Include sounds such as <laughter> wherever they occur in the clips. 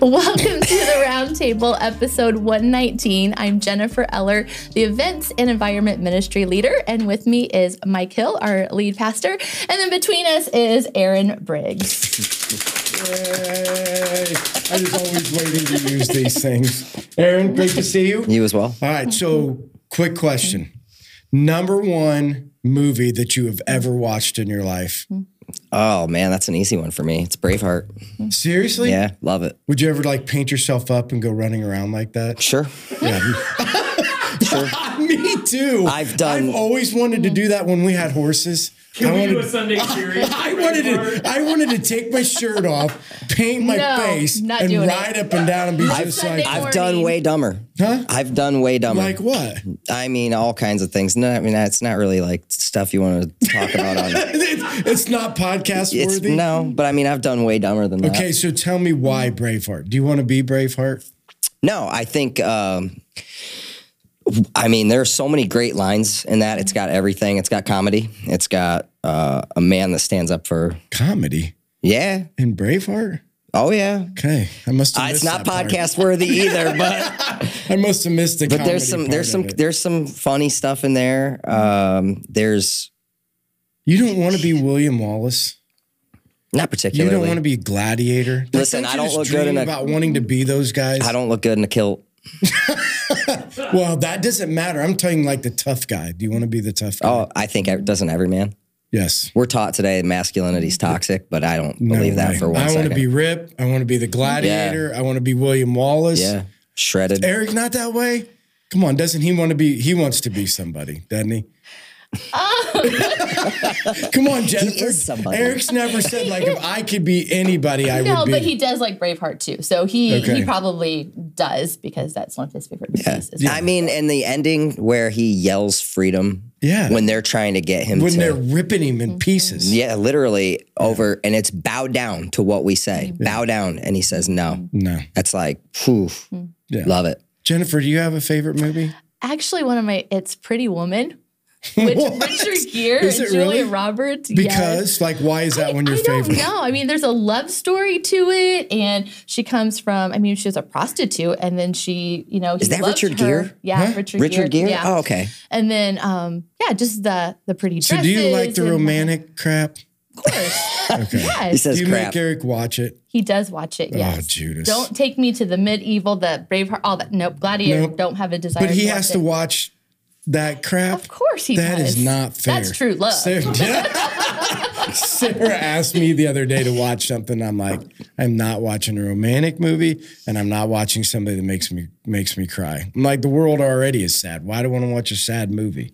Welcome to the Roundtable, episode 119. I'm Jennifer Eller, the Events and Environment Ministry leader, and with me is Mike Hill, our lead pastor, and then between us is Aaron Briggs. Yay. I was always waiting to use these things. Aaron, great to see you. You as well. All right, so quick question. Number one movie that you have ever watched in your life. Oh man, that's an easy one for me. It's Braveheart. Seriously? Yeah, love it. Would you ever like paint yourself up and go running around like that? <laughs> Ah, Sure. Me too. I've done- I've always wanted to do that when we had horses. I Can we do a wanted, Sunday series? <laughs> I wanted to. I wanted to take my shirt off, paint my No, face, not and doing it. ride up and down and be just Sunday like, I've Morning. done way dumber. Huh? I've done way dumber. like what? I mean, all kinds of things. No, I mean that's not really like stuff you want to talk <laughs> about on. It's not podcast It's worthy. no, but I mean I've done way dumber than that. Okay, so tell me why Braveheart. Do you want to be Braveheart? No, I think. Um, I mean, there are so many great lines in that. It's got everything. It's got comedy. It's got uh, a man that stands up for. Comedy Yeah. in Braveheart. Oh yeah. Okay, I must. Have Uh, missed it's not that part. podcast worthy either, but. I must have missed the. but there's some there's some there's some funny stuff in there. Um, there's you don't want to be William Wallace. not You particularly. don't want to be a gladiator. Like, Listen, you I don't just look good dream in a- about wanting to be those guys. I don't look good in a kilt. Well, that doesn't matter. I'm telling like the tough guy. Do you want to be the tough guy? Oh, I think it doesn't every man. yes. We're taught today masculinity's toxic, but I don't No believe that way. for one I second. want to be Rip. I want to be the gladiator. I want to be William Wallace. yeah, shredded. Eric, not that way. Come on, doesn't he want to be? He wants to be somebody, doesn't he? <laughs> Come on, Jennifer. Oh. is somebody. Eric's never said like if I could be anybody, I No, would be. but he does like Braveheart too, so he Okay. he probably does because that's one of his favorite movies. as well. I mean, and the ending where he yells freedom. Yeah. When they're trying to get him when to they're ripping him Mm-hmm. in pieces. Yeah, literally over and it's bow down to what we say. Bow down. And he says no. No, That's like, phew. Mm. Yeah. Love it. Jennifer, do you have a favorite movie? Actually, one of my it's Pretty <laughs> Woman, which What? Richard Gere Is and it really? Julia Roberts. yes. Because like, why is that one your I favorite? don't know. I mean, there's a love story to it, and she comes from. I mean, she was a prostitute, and then she, you know, is that Richard Gere? Yeah, Huh? Richard. Richard Gere? Yeah. Oh, okay. And then, um, yeah, just the the pretty So dresses. do you like the and- romantic crap? Of <laughs> course. Okay. He yes, says Do you crap. make Eric watch it? he does watch it. Yes. Oh, Judas. Don't take me to the medieval, the Braveheart, all that. Nope, Gladiator. Nope. Don't have a desire. But he watch has it. to watch that crap. Of course, he That does. is not fair. That's true love. <laughs> Sarah, Sarah asked me the other day to watch something. I'm like, I'm not watching a romantic movie, and I'm not watching somebody that makes me makes me cry. I'm like, the world already is sad. Why do I want to watch a sad movie?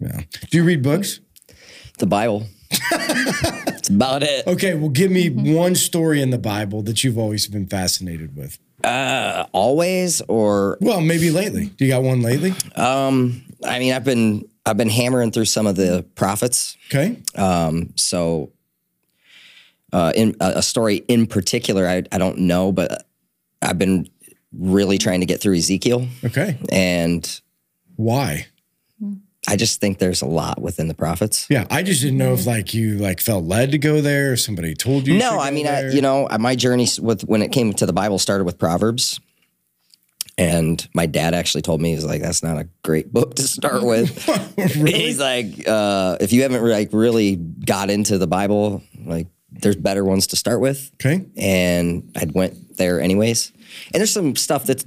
Yeah. Do you read books? The Bible. That's about it. Okay, well, give me Mm-hmm. one story in the Bible that you've always been fascinated with. Always or Well, maybe lately. Do you got one lately? I mean, I've been I've been hammering through some of the prophets. Um, Okay. So uh, in a, a story in particular, I, I don't know, but I've been really trying to get through Ezekiel, Okay. and Why? I just think there's a lot within the prophets. Yeah, I just didn't know if like you like felt led to go there, or somebody told you. you should No, I go mean, I, there. you know, I- my journey s- with when it came to the Bible started with Proverbs, and my dad actually told me he's like, "That's not a great book to start with." <laughs> He's like, uh, "If you haven't like really got into the Bible, like, there's better ones to start with." Okay. and I went there anyways. And there's some stuff that's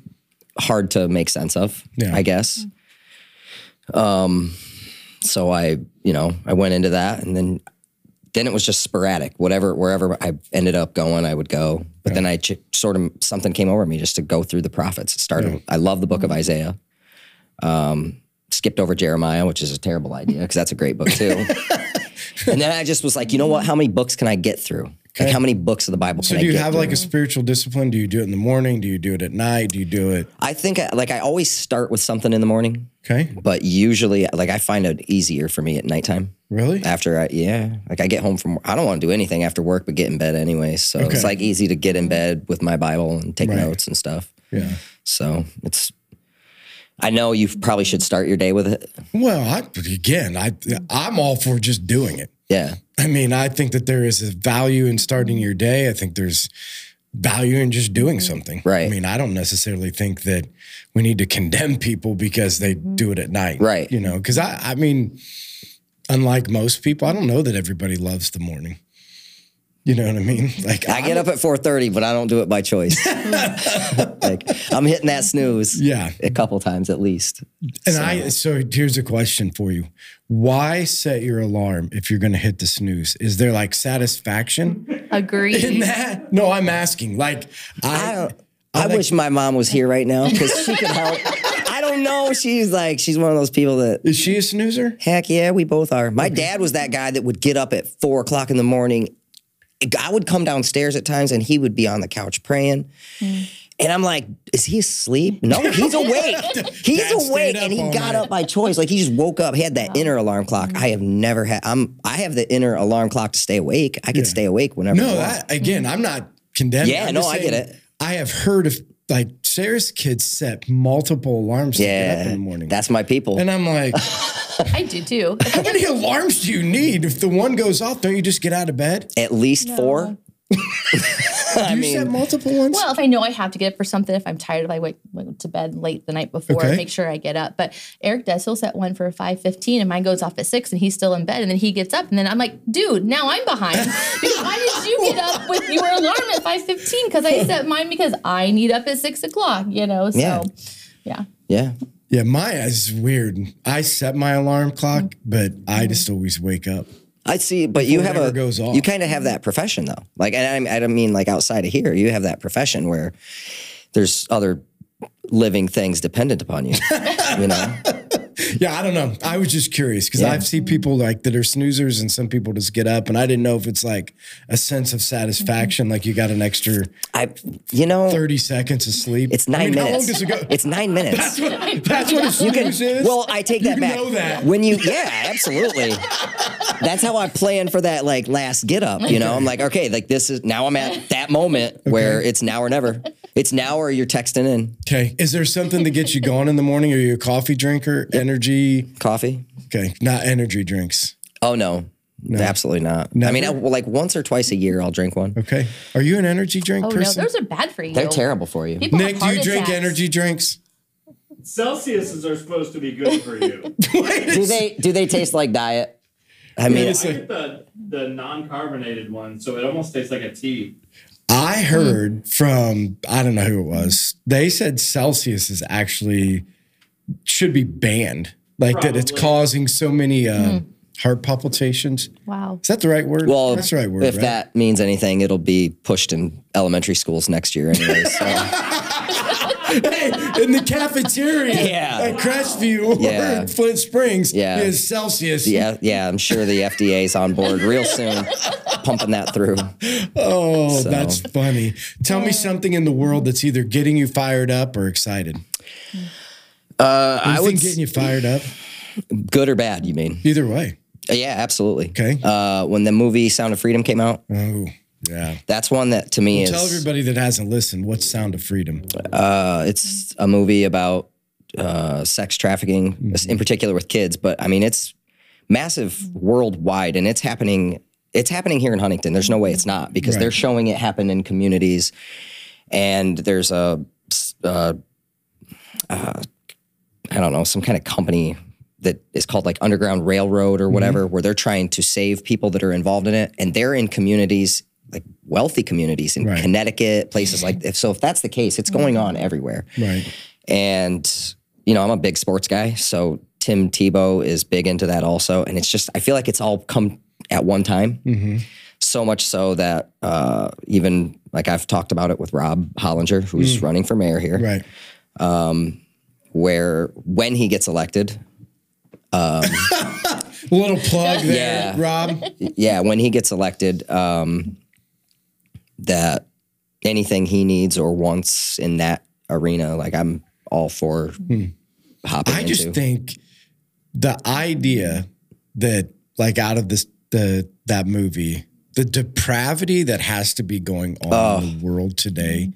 hard to make sense of, Yeah. I guess. Um, so I, you know, I went into that, and then then it was just sporadic. Whatever, wherever I ended up going, I would go. But then I ch- sort of something came over me just to go through the prophets. It started. I love the book of Isaiah. Um, skipped over Jeremiah, which is a terrible idea because that's a great book too. and then I just was like, you know what? How many books can I get through? Like how many books of the Bible So can I do you get have through? like a spiritual discipline? Do you do it in the morning? Do you do it at night? Do you do it? I think I, like I always start with something in the morning, Okay, but usually like I find it easier for me at nighttime. really? After I yeah, like I get home from I don't want to do anything after work, but get in bed anyway. So Okay. it's like easy to get in bed with my Bible and take notes and stuff. Yeah. So it's I know you probably should start your day with it. Well, I, again, I I'm all for just doing it. Yeah, I mean, I think that there is a value in starting your day. I think there's value in just doing something. Mm-hmm. Right. I mean, I don't necessarily think that we need to condemn people because they do it at night. Mm-hmm. Right. You know, because I, I mean, unlike most people, I don't know that everybody loves the morning. You know what I <laughs> mean? Like I get up at 4:30, but I don't do it <laughs> by choice. like I'm hitting that snooze Yeah. a couple times at least. And I so here's a question for you. Why set your alarm if you're gonna hit the snooze? Is there like satisfaction <laughs> in <laughs> Agreed. that? No, I'm asking. Like I I, don't. I, wish my mom was here right now because she could help. I don't know. She's like she's one of those people that is she a snoozer? heck yeah, we both are. Mm-hmm. My dad was that guy that would get up at four o'clock in the morning. I would come downstairs at times and he would be on the couch praying. Mm. And I'm like, is he asleep? No, <laughs> he's awake. He's Dad stayed awake, up and he all got night. Mm-hmm. up by choice. Like he just woke up. He had that inner alarm clock. I have never had. I'm. I have the inner alarm clock to stay awake. I can stay awake whenever. I No, want. that again, I'm not condemning. Yeah, I'm no, just I get saying it. I have heard of like Sarah's kids set multiple alarms to get up in the yeah, morning. that's my people. and I'm <laughs> like, I do too. <laughs> how many alarms do you need? If the one goes off, don't you just get out of bed? At least <laughs> four. I Do you set mean, multiple ones? Well, if I know I have to get up for something, if I'm tired, if I went, went to bed late the night before, Okay. make sure I get up. But Eric does; he'll set one for five fifteen, and mine goes off at six, and he's still in bed. And then he gets up, and then I'm like, "Dude, now I'm <laughs> behind. Because Why did you get up with your alarm at five fifteen? Because I set mine because I need up at six o'clock. You know, so Yeah. yeah, yeah. Yeah, my is weird. I set my alarm clock, but I just always wake up. I see, but you it have ever a goes off. you kind of have that profession though. Like, and I, I don't mean like outside of here. You have that profession where there's other living things dependent <laughs> upon you. you know, Yeah, I don't know. I was just curious because Yeah. I've seen people like that are snoozers, and some people just get up, and I didn't know if it's like a sense of satisfaction, like you got an extra I you know thirty seconds of sleep. it's nine I mean, How long minutes. does it go? It's nine minutes. <laughs> That's what a snooze is. Well, I take that You back. know that. When you, yeah, absolutely. That's how I plan for that like last get up. You know, I'm like, okay, like this is now I'm at that moment where it's now or never. It's now or you're texting in okay. Is there something that gets you going in the morning? Are you a coffee drinker? Energy? coffee. Okay, not energy drinks. Oh no, absolutely not. I mean, I, well, like once or twice a year, I'll drink one. Okay. Are you an energy drink Oh no, person? those are bad for you. They're terrible for you. People have Nick, do you heart drink attacks. energy drinks? Celsiuses are supposed to be good for <laughs> you. Do they do they taste like diet? I mean, I get the the non-carbonated one, so it almost tastes like a tea. I heard from I don't know who it was. They said Celsius is actually should be banned, like that it's Probably. causing so many um, heart palpitations. Wow. Is that the right word? well, that's the right word. if right? that means anything, it'll be pushed in elementary schools next year, anyways. <laughs> So. hey, <laughs> in the cafeteria Yeah. at Crestview or Yeah. in Flint Springs, Yeah. is Celsius. Yeah, yeah, I'm sure the FDA's on board real soon, pumping that through. Oh, So- that's funny. Tell me something in the world that's either getting you fired up or excited. Uh, I I would think getting you fired up good or bad, you mean? either way. Uh, Yeah, absolutely. Okay. Uh, when the movie Sound of Freedom came out, Oh, yeah. that's one that to me Tell is everybody that hasn't listened what's Sound of Freedom. uh, it's a movie about uh, sex trafficking, Mm-hmm. in particular with kids. But I mean, it's massive worldwide, and it's happening. It's happening here in Huntington. There's no way it's not because Right. they're showing it happen in communities, and there's a, s- uh, uh, I don't know, some kind of company that is called like Underground Railroad Mm-hmm. or whatever, where they're trying to save people that are involved in it, and they're in communities like wealthy communities in Right. Mm-hmm. Connecticut, places like this. So if that's the case, it's going on everywhere. Right. And, you know, I'm a big sports guy. So Tim Tebow is big into that also. And it's just, I feel like it's all come at one time. hmm So much so that uh, even like I've talked about it with Rob Hollinger, who's running for mayor here, Mm. Right. where when he gets elected, Little plug there, Yeah. Rob. yeah, when he gets elected, um, that anything he needs or wants in that arena, like I'm all for hopping Hmm. I into. just think the idea that like out of this the that movie, the depravity that has to be going on in the world today,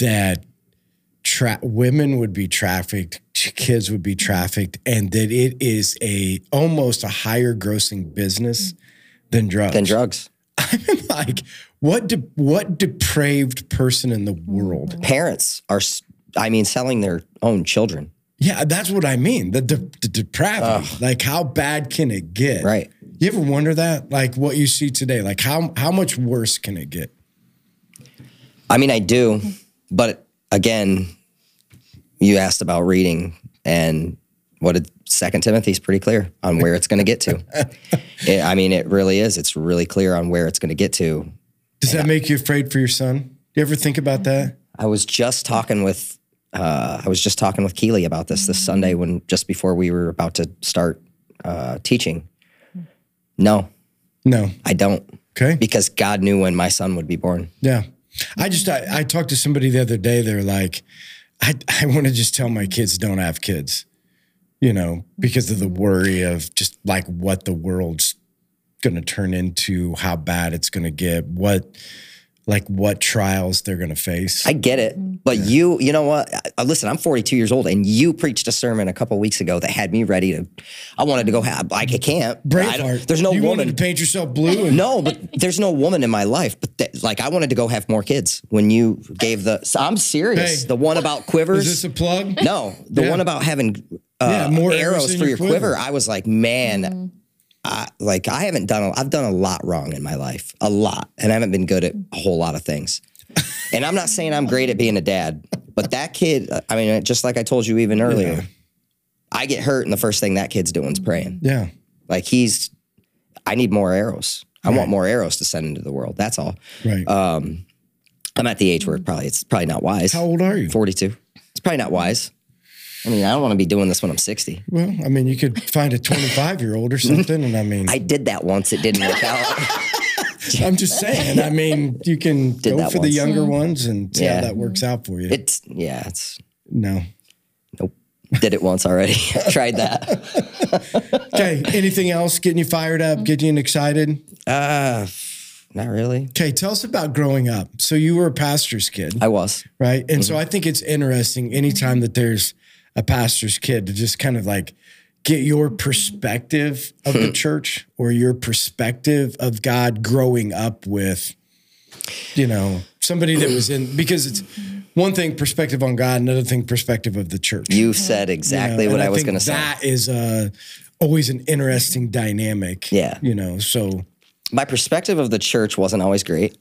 that tra- women would be trafficked, ch- kids would be trafficked, and that it is a almost a higher grossing business than drugs. than drugs. <laughs> like, What de- what depraved person in the world? Parents are, s- I mean, selling their own children. Yeah, that's what I mean. The, de- the depravity. Like, how bad can it get? Right. You ever wonder that? Like, what you see today? Like, how how much worse can it get? I mean, I do, but again, you asked about reading, and what did Second Timothy's pretty clear on where it's going to get to. It- I mean, it really is. It's really clear on where it's going to get to. Does that make you afraid for your son? Do you ever think about that? I was just talking with, uh, I was just talking with Keely about this this Sunday when just before we were about to start uh, teaching. No, No. I don't, Okay. because God knew when my son would be born. Yeah. I just, I, I talked to somebody the other day. They're like, I, I want to just tell my kids don't have kids, you know, because of the worry of just like what the world's going to turn into, how bad it's going to get, what, like what trials they're going to face. I get it, but you, you know what? I- I, listen, I'm 42 years old, and you preached a sermon a couple weeks ago that had me ready to. I wanted to go. Ha- I, I can't. I don't- Braveheart. there's no you woman. wanted to paint yourself blue and no, but there's no woman in my life. But that, like, I wanted to go have more kids when you gave the. So I'm serious. Hey. the one about quivers. is this a plug? <laughs> No, the one about having uh, Yeah, more arrows arrows in for your your quiver. quiver. I was like, man, I, like I haven't done. A, I've done a lot wrong in my life, a lot, and I haven't been good at a whole lot of <laughs> things. and I'm not saying I'm great at being a dad, but that kid. I mean, just like I told you even earlier, I get hurt, and the first thing that kid's doing is praying. Yeah. Like he's, I need more arrows. I want more arrows to send into the world. That's all. Right. Uh, I'm at the age where it probably it's probably not wise. how old are you? 42. It's probably not wise. I mean, I don't want to be doing this when I'm 60. Well, I mean, you could find a 25 year old or something. And I mean, I did that once. It didn't work <laughs> out. I'm just saying. I mean, you <laughs> can go that for the once. younger ones and see Yeah. how that works out for you. It's, yeah, it's, no. nope. Did it once already. <laughs> Tried that. Okay. Anything else getting you fired up, getting you excited? Uh, not really. Okay. Tell us about growing up. So you were a pastor's kid, I was. right? And Mm-hmm. so I think it's interesting anytime that there's a pastor's kid to just kind of like get your perspective of <laughs> the church or your perspective of God growing up with, you know, somebody that was in, because it's one thing perspective on God, another thing perspective of the church. You said exactly know, what and I, was think going to say. That is uh, always an interesting dynamic. Yeah. You know, so My perspective of the church wasn't always great.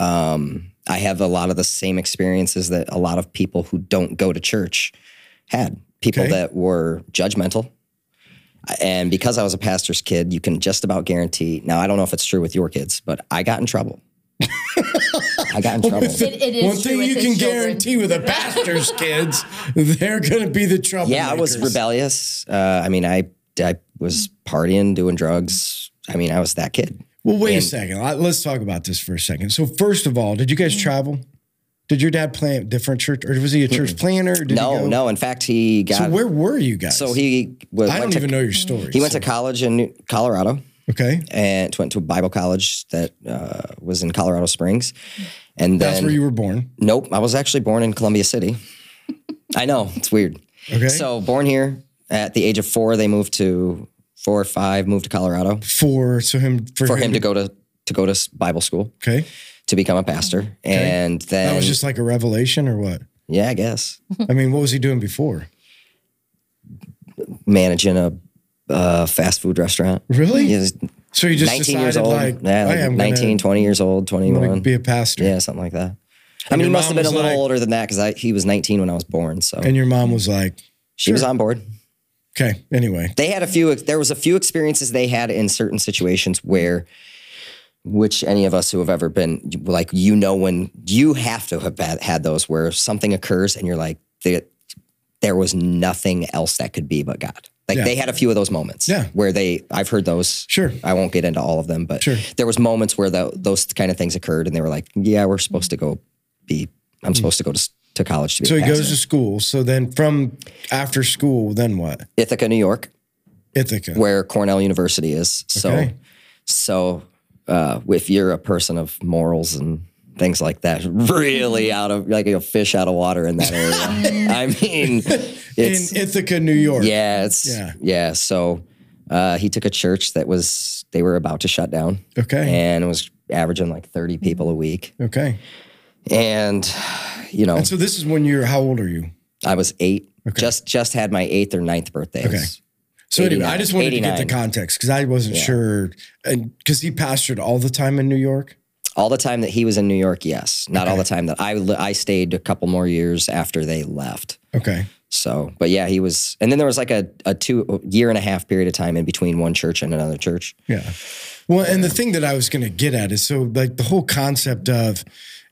Um, I have a lot of the same experiences that a lot of people who don't go to church had. People Okay. that were judgmental, and because I was a pastor's kid, you can just about guarantee. Now, I don't know if it's true with your kids, but I got <laughs> in trouble. I got in trouble. It, it is one true thing with you his can children. guarantee with a pastor's kids, they're going to be the trouble. Yeah, I was rebellious. Uh, I mean, I I was Mm-hmm. partying, doing drugs. I mean, I was that kid. Well, wait a second. Let- Let's talk about this for a second. So, first of all, did you guys travel? Did your dad plant different church, or was he a church planner? Did he No, go- no. In fact, he got. So, So, where were you guys? he was, I went don't to even know your story. He went to college in New- Colorado okay. and went to a Bible college that uh, was in Colorado Springs. And then, That's where you were born. nope, I was actually born in Columbia City. <laughs> I know it's weird. Okay. So born here at the age of four, they moved to four or five, moved to Colorado for so him for, for him to go to to go to s- Bible school Okay, to become a pastor. And then, that was just like a revelation, or what? yeah, I guess I mean, what was he doing before? managing a uh, fast food restaurant. Really? He was So you just 19 decided years old. like, yeah, like "Hey, I'm 19, 20 years old, gonna, 21. like, be a pastor. Yeah, something like that. I mean, your he must have mom been a was little like- older than that because he was 19 when I was born. So And your mom was like, she was on board. okay, anyway. They had a few. There was a few experiences they had in certain situations where, which any of us who have ever been like, you know, when you have to have had, had those where something occurs and you're like, there, there was nothing else that could be but God. Like Yeah. they had a few of those moments. Yeah. Where they, I've heard those. Sure. I won't get into all of them, but Sure. there was moments where tho- those kind of things occurred, and they were like, "Yeah, we're supposed to go be. I'm supposed to go to, s- to college to be." Mm-hmm. So a he pastor. goes to school. So then from after school, then what? Ithaca, New York, Ithaca. where Cornell University is. So, Okay. so uh, if you're a person of morals and things like that, <laughs> really out of like a fish out of water in <laughs> that area. I mean, it's In Ithaca, New York. yeah, it's Yeah. yeah. So uh, he took a church that was they were about to shut down. Okay. and it was averaging like 30 people a week. Okay. And, you know, And so this is when you're, how old are you? I was eight, Okay. just just had my eighth or ninth birthday. Okay. So anyway, I 89. just wanted to get the 89. context because I wasn't Yeah. sure. And because he pastored all the time in New York. All the time that he was in New York, yes. Not all Okay. the time that I li- I stayed a couple more years after they left. Okay. So, but yeah, he was, and then there was like a, a two year and a half period of time in between one church and another church. Yeah. Well, and the thing that I was going to get at is so like the whole concept of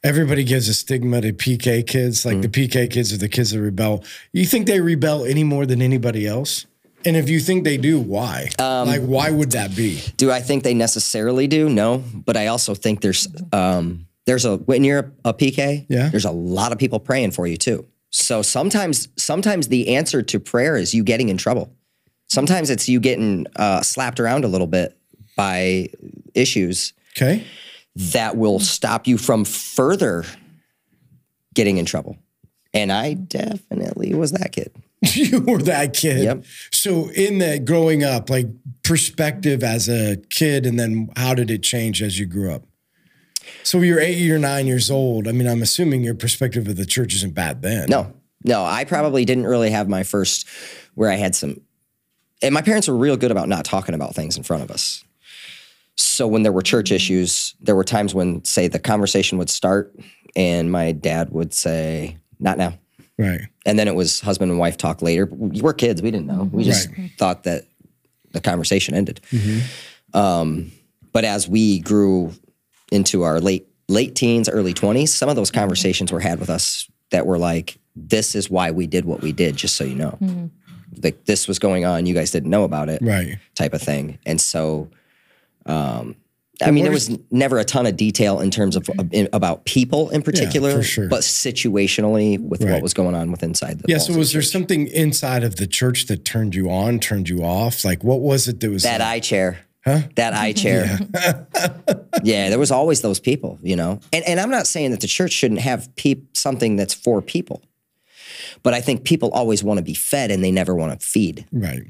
everybody gives a stigma to PK kids, like Mm. the PK kids are the kids that rebel. You think they rebel any more than anybody else? And if you think they do, why? Um, like, why would that be? Do I think they necessarily do? No, but I also think there's um, there's a when you're a, a PK, Yeah. there's a lot of people praying for you too. So sometimes sometimes the answer to prayer is you getting in trouble. Sometimes it's you getting uh, slapped around a little bit by issues Okay. that will stop you from further getting in trouble. And I definitely was that kid. <laughs> you were that kid. Yep. So, in that growing up, like perspective as a kid, and then how did it change as you grew up? So, you're eight, you're nine years old. I mean, I'm assuming your perspective of the church isn't bad then. No, no, I probably didn't really have my first where I had some. And my parents were real good about not talking about things in front of us. So when there were church issues, there were times when, say, the conversation would start and my dad would say, Not now. Right. And then it was husband and wife talk later. We were kids, we didn't know. We just thought that the conversation ended. Um, but as we grew into our late late teens, early twenties, some of those conversations were had with us that were like, "This is why we did what we did," just so you know. Like this was going on, you guys didn't know about it, Right. type of thing. And so, um, I mean, there was never a ton of detail in terms of in, about people in particular, sure. but situationally with what Right. was going on with inside the. Yeah. walls So, of was there church. something inside of the church that turned you on, turned you off? Like, what was it that was that eye chair. Huh? That <laughs> eye chair. Yeah. <laughs> there was always those people, you know. And and I'm not saying that the church shouldn't have peop- something that's for people. But I think people always want to be fed and they never want to feed. right?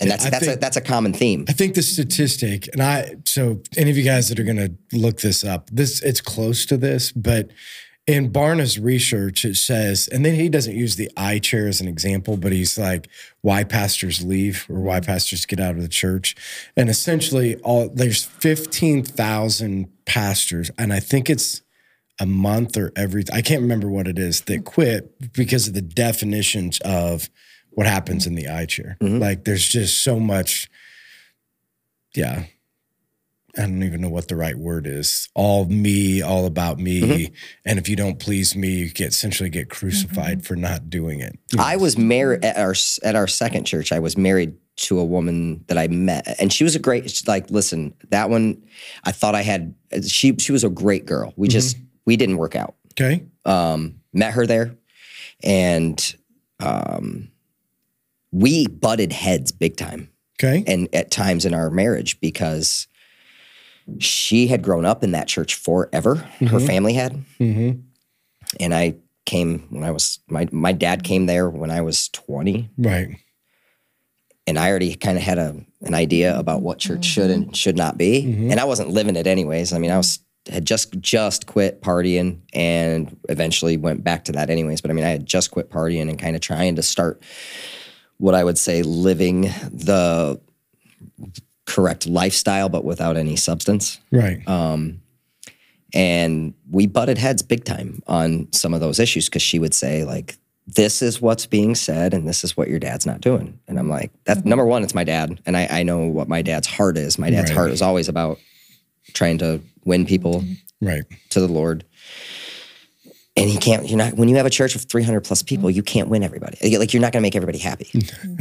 And that's I that's a think- that's a common theme. I think the statistic, and I so any of you guys that are going to look this up, this it's close to this, but in Barna's research, it says, and then he doesn't use the eye chair as an example, but he's like, why pastors leave or why pastors get out of the church, and essentially all there's fifteen thousand pastors, and I think it's a month or every I can't remember what it is that quit because of the definitions of what happens in the eye chair. Like there's just so much yeah. I don't even know what the right word is. All me, all about me. Mm-hmm. And if you don't please me, you get essentially get crucified for not doing it. Mm-hmm. I was married at our at our second church. I was married to a woman that I met, and she was a great. she's Like, listen, that one, I thought I had. She she was a great girl. We just we didn't work out. Okay. um, met her there, and um, we butted heads big time, Okay. and at times in our marriage because she had grown up in that church forever. Her family had, Mm-hmm. and I came when I was my my dad came there when I was twenty, Right. and I already kind of had a an idea about what church should and should not be, and I wasn't living it anyways. I mean, I was had just just quit partying and eventually went back to that anyways. But I mean, I had just quit partying and kind of trying to start what I would say living the correct lifestyle, but without any substance. Right. Uh, Um, And we butted heads big time on some of those issues because she would say, like, this is what's being said and this is what your dad's not doing. And I'm like, that's number one, it's my dad. And I, I know what my dad's heart is. My dad's Right. heart is always about trying to win people right. to the Lord. And he can't, you're not, when you have a church of 300 plus people, you can't win everybody. Like, you're not going to make everybody happy.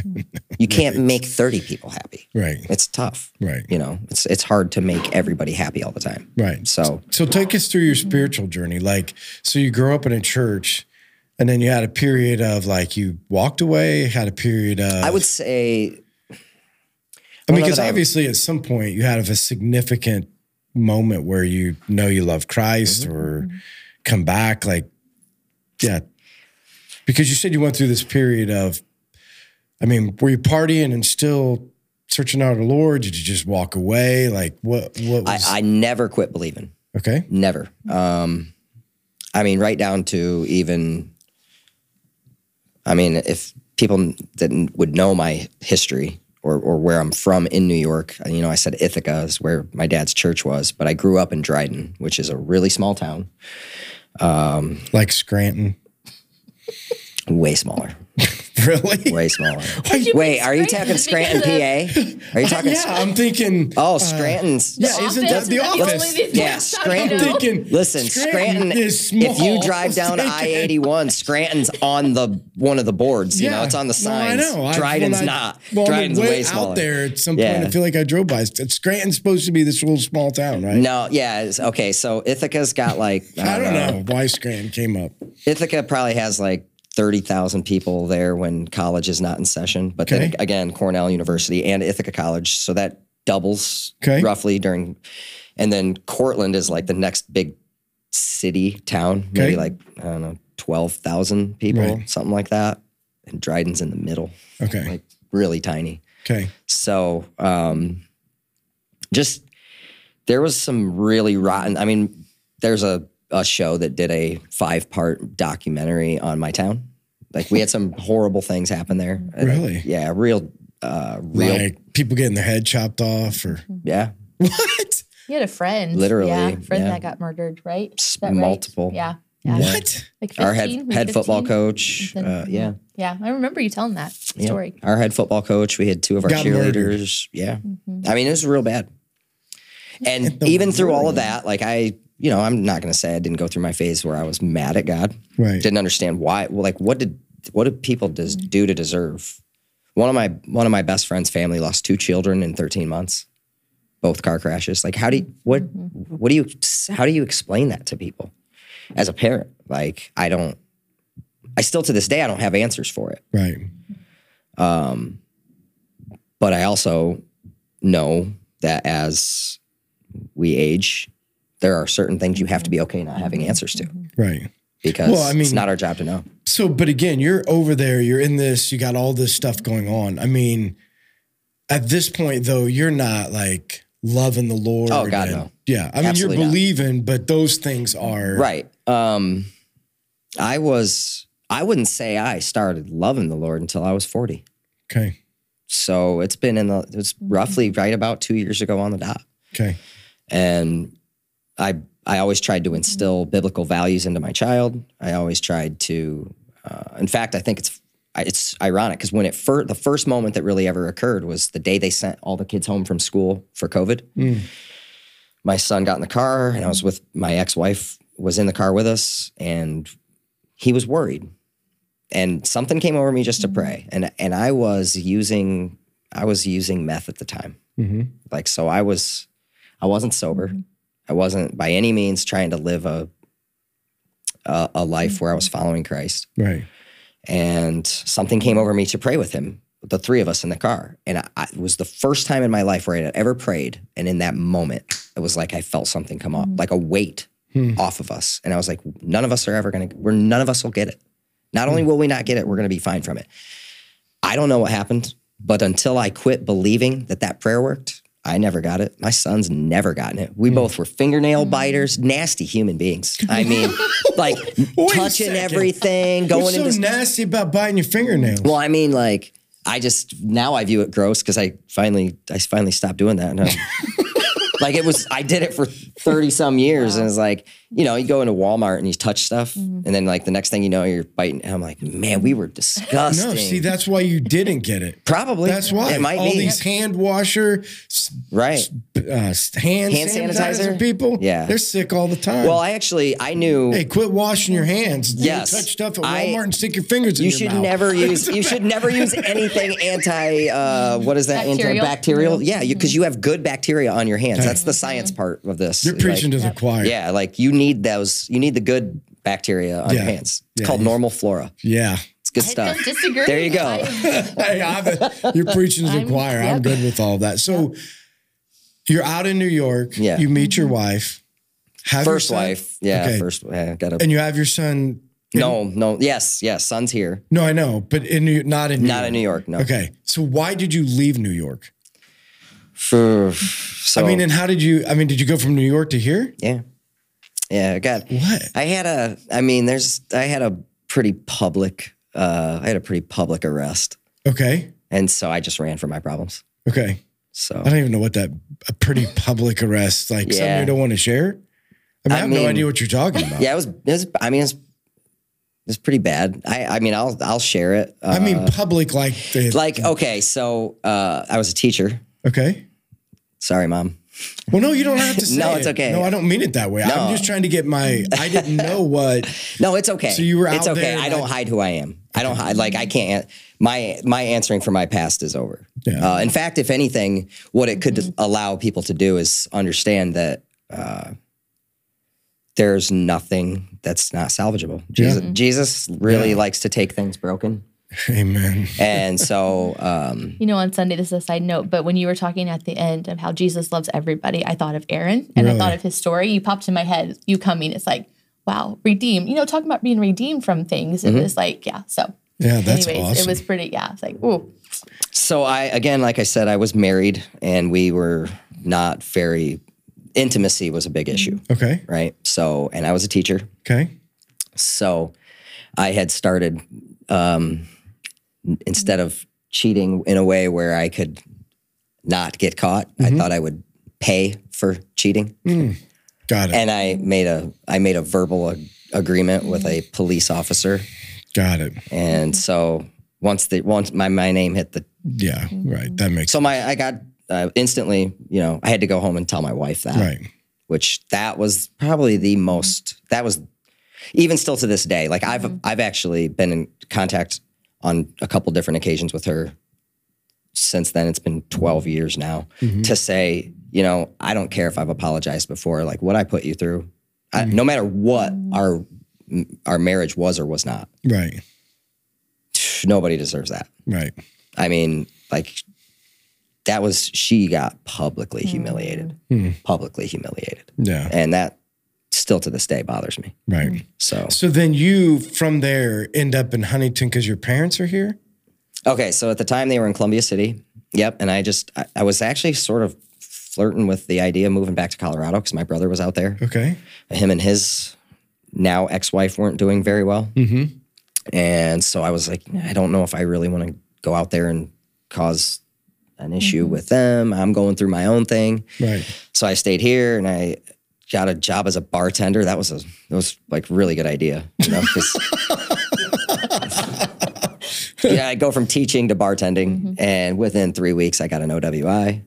<laughs> you can't make 30 people happy. Right. It's tough. Right. You know, it's, it's hard to make everybody happy all the time. Right. So So take us through your Mm-hmm. spiritual journey. Like, so you grew up in a church and then you had a period of like you walked away, had a period of I would I say mean, Well, no, because that I- obviously, at some point, you had a significant moment where you know you love Christ Mm-hmm, or come back, like, yeah. Because you said you went through this period of, I mean, were you partying and still searching out the Lord? Did you just walk away? Like what? What I, was? I never quit believing. okay. Never. Um, I mean, right down to even. I mean, if people that would know my history or or where I'm from in New York, uh, you know, I said Ithaca is where my dad's church was, but I grew up in Dryden, which is a really small town, Like Scranton. <laughs> way smaller, Really? way smaller. you <laughs> Wait, are you Scranton? talking Scranton, PA? Are you talking? yeah, I'm thinking. Oh, Scranton's. yeah, isn't that the That's office? only the- Yeah, I'm Scranton. thinking. Listen, Scranton. is small. If you drive <laughs> down I'm I thinking- eighty one, Scranton's on the one of the boards. You know, Yeah. it's on the No, signs. I know. Dryden's I, when I- not. Well, Dryden's I'm way, way, smaller. out there at some Yeah. point. I feel like I drove by. Scranton's supposed to be this little small town, right? No, yeah, it's, okay. So Ithaca's got like I I don't know why Scranton came up. Ithaca probably has like thirty thousand people there when college is not in session. But then Okay. again, Cornell University and Ithaca College, so that doubles Okay. roughly during. And then Cortland is like the next big city town, maybe Okay. like I don't know twelve thousand people, Right. something like that. And Dryden's in the middle, Okay. like really tiny. Okay. So um, just there was some really rotten. I mean, there's a, a show that did a five part documentary on my town. Like we had some horrible things happen there. And, Really? Yeah, real, uh, real. Like people getting their head chopped off <laughs> or yeah, what? You had a friend. Literally, Yeah, a friend yeah. that got murdered, right? Is S- that right? multiple. Yeah. Yeah. What? Like 15, Our head was head football 15? coach. Uh, yeah, Yeah. I remember you telling that yeah. story. Our head football coach. We had two of our Got murdered. cheerleaders. Yeah. Mm-hmm. I mean, it was real bad. And even through all of that, like I, you know, I'm not going to say I didn't go through my phase where I was mad at God. Right. Didn't understand why. Well, like what did what did people des- do to deserve? One of my one of my best friends' family lost two children in 13 months, both car crashes. Like how do you, what what do you how do you explain that to people as a parent? Like I don't. I still to this day I don't have answers for it Right. but I also know that as we age, there are certain things you have to be okay not having answers to Right. because Well, I it's mean- not our job to know. So, but again, you're over there, you're in this, you got all this stuff going on. I mean, at this point, though, you're not like loving the Lord. Oh, God, and- no. Yeah. I mean, Absolutely you're not. believing, but those things are. Right. Um, I was, I wouldn't say I started loving the Lord until I was 40. Okay. So it's been in the, it's roughly right about two years ago on the dot. Okay. and I I always tried to instill biblical values into my child. I always tried to. Uh, in fact, I think it's I- it's ironic because when it first the first moment that really ever occurred was the day they sent all the kids home from school for COVID. My son got in the car, and I was with my ex wife was in the car with us, and he was worried, and something came over me just to pray, and and I was using I was using meth at the time, hmm like so i was i wasn't sober i wasn't by any means trying to live a a, a life where i was following christ Right. and something came over me to pray with him the three of us in the car and I, I, it was the first time in my life where i had ever prayed and in that moment it was like i felt something come up like a weight Mm-hmm. Hmm. off of us and i was like none of us are ever gonna we're none of us will get it not Hmm. only will we not get it we're gonna be fine from it i don't know what happened but until i quit believing that that prayer worked i never got it my son's never gotten it Hmm. we both were fingernail biters nasty human beings <laughs> i mean like Wait a touching second. everything going What's so into nasty about biting your fingernails? well, I mean, like I just now I view it gross because I finally I finally stopped doing that. And I'm- <laughs> like it was, I did it for thirty some years, and it's like you know you go into Walmart and you touch stuff, and then like the next thing you know you're biting. And I'm like, man, we were disgusting. no, see, that's why you didn't get it. Probably That's why it might all be these hand washer, s- right. uh, s- hand, Hand sanitizer, sanitizer? people. Yeah. they're sick all the time. Well, I actually I knew hey, quit washing your hands. You Yes. touch stuff at Walmart I- and stick your fingers. in You your should mouth. <laughs> never use. You should never use anything anti. Uh, what is that? Bacterial. Antibacterial. Yeah, because you, have good bacteria on your hands. That's the science part of this. You're Like, preaching to the choir. Yeah, like you need those. You need the good bacteria on your Yeah. hands. It's Yeah, called you- normal flora. Yeah. It's good I stuff. don't disagree. There you go. I- Hey, I'm- you're preaching to the <laughs> I'm- choir. I'm yep. good with all that. So you're out in New York. Yeah. You meet your wife. Have your First son- wife. Yeah, Okay. first. Yeah, got to. And you have your son. No, no. Yes, yes. Son's here. No, I know, but in New, not in New Not York. in New York. No. Okay. So why did you leave New York? so I mean, and how did you? I mean, did you go from New York to here? yeah, yeah. I got What? I had a. I mean, there's. I had a pretty public. Uh, I had a pretty public arrest, Okay, and so I just ran from my problems. okay. So I don't even know what that a pretty public arrest like something Yeah. you don't want to share. I mean, I, I have no mean- idea what you're talking about. yeah, it was. It was I mean, it's. It's pretty bad. I. I mean, I'll. I'll share it. Uh, I mean, public like the, like okay, so uh, I was a teacher. okay. Sorry, mom. Well, no, you don't have to say. <laughs> No, it's it. okay. No, I don't mean it that way. No. I'm just trying to get my. I <laughs> didn't know what. No, it's okay. So you were It's out okay. there, I don't like- hide who I am. I don't hide. Like I can't. My my answering for my past is over. Yeah. Uh, in fact, if anything, what it could allow people to do is understand that uh, there's nothing that's not salvageable. Jesus, Jesus really likes to take things broken, Amen. and so um, You know, on Sunday, this is a side note, but when you were talking at the end of how Jesus loves everybody, I thought of Aaron and I Really? thought of his story. You popped in my head, you coming. It's like, wow, redeemed. You know, talking about being redeemed from things. Mm-hmm. It was like, yeah. So, Yeah, that's anyways, awesome. it was pretty, yeah. It's like, ooh, so I again, like I said, I was married, and we were not very intimacy was a big issue, okay. right? So, and I was a teacher, Okay. So I had started um, n- instead of cheating in a way where I could not get caught, I thought I would pay for cheating. Got it. And I made a I made a verbal ag- agreement with a police officer. Got it. And so once the once my, my name hit the Yeah. Right. That makes so my I got uh, instantly, you know, I had to go home and tell my wife that right. which that was probably the most that was even still to this day like i've i've actually been in contact on a couple different occasions with her since then it's been 12 years now to say you know i don't care if i've apologized before like what i put you through I, no matter what our our marriage was or was not <sighs> Right. nobody deserves that Right. I mean, like that was she got publicly humiliated, publicly humiliated, Yeah. and that still to this day bothers me. Right. So So then you from there end up in Huntington because your parents are here. okay, so at the time they were in Columbia City, yep, and I just I, I was actually sort of flirting with the idea of moving back to Colorado because my brother was out there. Okay. Him and his now ex-wife weren't doing very well, Mm-hmm. and so I was like, I don't know if I really want to go out there and cause an issue with them. I'm going through my own thing. Right. So I stayed here and I got a job as a bartender. That was a that was like really good idea. You know, 'cause- <laughs> yeah, I go from teaching to bartending, and within three weeks, I got an OWI.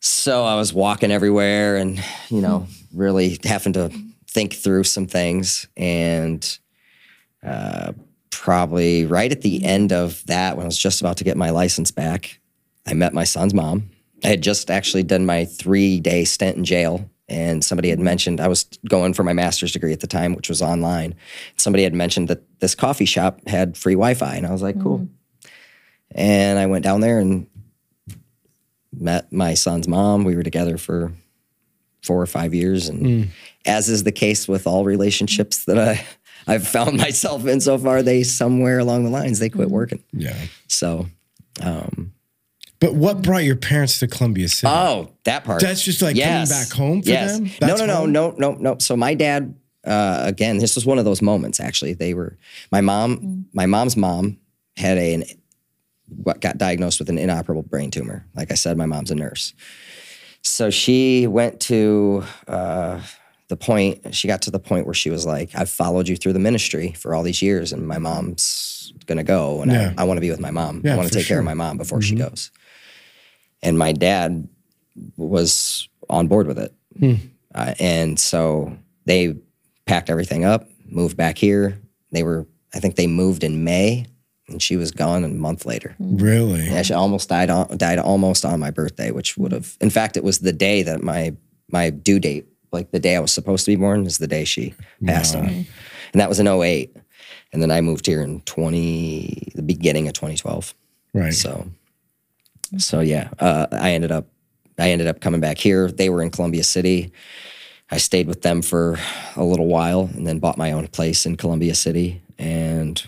So I was walking everywhere, and you know, really having to think through some things. And uh, probably right at the end of that, when I was just about to get my license back, I met my son's mom. I had just actually done my three day stint in jail. And somebody had mentioned I was going for my master's degree at the time, which was online. Somebody had mentioned that this coffee shop had free Wi Fi. And I was like, cool. And I went down there and met my son's mom. We were together for four or five years. And as is the case with all relationships that I, I've found <laughs> myself in so far, they somewhere along the lines, they quit working. Yeah. So, um, But what brought your parents to Columbia City? oh, that part. That's just like yes. coming back home for yes. them. No, That's no, no, home? no, no, no. So my dad, uh, again, this was one of those moments. Actually, they were my mom. My mom's mom had a an, what got diagnosed with an inoperable brain tumor. Like I said, my mom's a nurse, so she went to. Uh, the point she got to the point where she was like, "I've followed you through the ministry for all these years, and my mom's gonna go, and Yeah. I, I want to be with my mom. Yeah, I want for to take care sure. Mm-hmm. of my mom before she goes." And my dad was on board with it. Hmm. Uh, and so they packed everything up, moved back here. They were, I think they moved in May and she was gone a month later. Hmm. Really? Yeah, she almost died on, died almost on my birthday, which would have, in fact, it was the day that my, my due date, like the day I was supposed to be born is the day she passed on. And that was in 08. And then I moved here in 20, the beginning of 2012. Right. So, so yeah, uh, I ended up, I ended up coming back here. They were in Columbia City. I stayed with them for a little while, and then bought my own place in Columbia City, and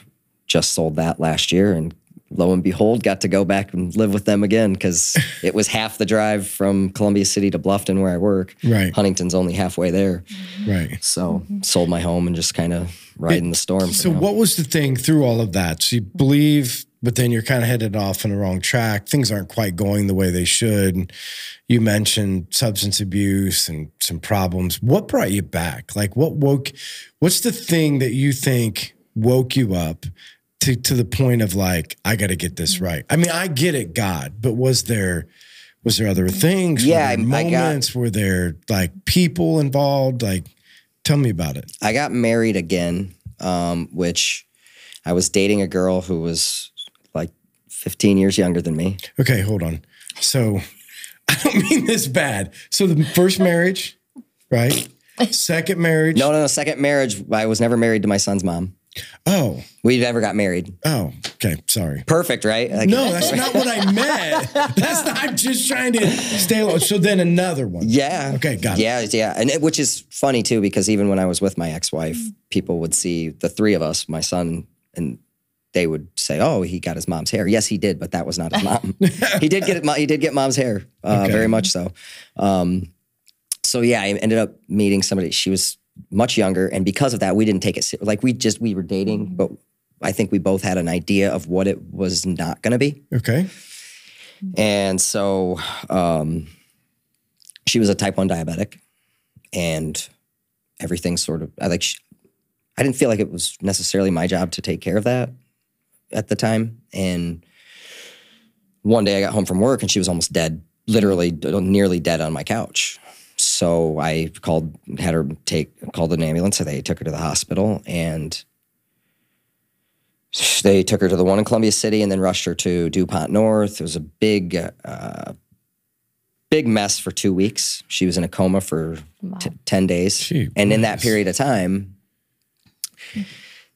just sold that last year, and lo and behold, got to go back and live with them <laughs> again because it was half the drive from Columbia City to Bluffton, where I work. Right. Huntington's only halfway there. Right. So sold my home and just kind of riding the storm. for So, now. what was the thing through all of that? So, you believe, but then you're kind of headed off on the wrong track. Things aren't quite going the way they should. You mentioned substance abuse and some problems. What brought you back? Like, what woke, what's the thing that you think woke you up to, to the point of like, I got to get Mm. this right? I mean, I get it, God, but was there, was there other things? Yeah, Were there I- I got- moments? were there like people involved? Like, tell me about it. I got married again, um, which I was dating a girl who was like 15 years younger than me. Okay, hold on. So <laughs> I don't mean this bad. So the first marriage, right? Second marriage. No, no, no. Second marriage. I was never married to my son's mom. Oh, We never got married. oh, okay. Sorry. Perfect, right? Like, No, that's not what I meant. That's not, I'm just trying to stay low. So then another one. Yeah. Okay, got it. yeah, Yeah, And it, which is funny too, because even when I was with my ex-wife, Mm-hmm. people would see the three of us, my son, and they would say, "Oh, he got his mom's hair." Yes, he did, but that was not <laughs> his mom. he did get it. He did get mom's hair, uh, Okay. very much so. Um, so yeah, I ended up meeting somebody. She was much younger, and because of that, we didn't take it ser- like we just we were dating, Mm-hmm. but I think we both had an idea of what it was not going to be. Okay. And so um, she was a type 1 diabetic and everything sort of, I like, she, I didn't feel like it was necessarily my job to take care of that at the time. And one day I got home from work and she was almost dead, literally d- nearly dead on my couch. So I called, had her take, called an ambulance. So they took her to the hospital and they took her to the one in Columbia City and then rushed her to DuPont North. It was a big, uh, big mess for two weeks. She was in a coma for Wow. t- 10 days. Gee and in that whiz. period of time,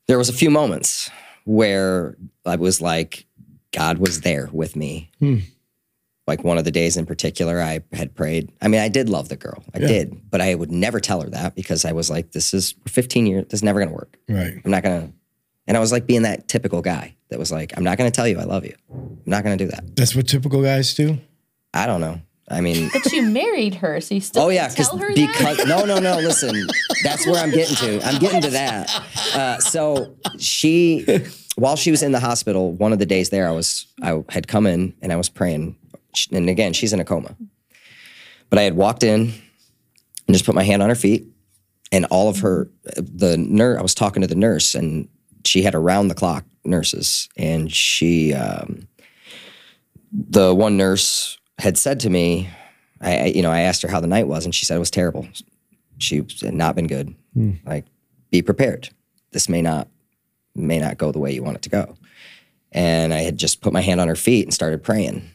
there was a few moments where I was like, God was there with me. Hmm. Like one of the days in particular, I had prayed. I mean, I did love the girl. I Yeah. did, but I would never tell her that because I was like, this is 15 years. This is never going to work. Right. I'm not gonna. And I was like being that typical guy that was like, I'm not gonna tell you I love you. I'm not gonna do that. That's what typical guys do. I don't know. I mean, But you married her, so you still oh yeah, didn't tell her that. because no, no, no. Listen, that's where I'm getting to. I'm getting to that. Uh, so she, while she was in the hospital, one of the days there, I was I had come in and I was praying, and again, she's in a coma. But I had walked in and just put my hand on her feet, and all of her the nurse. I was talking to the nurse, and she had around the clock nurses, and she, um, the one nurse had said to me, I, I you know I asked her how the night was, and she said it was terrible. She had not been good. Like, be prepared. This may not may not go the way you want it to go. And I had just put my hand on her feet and started praying.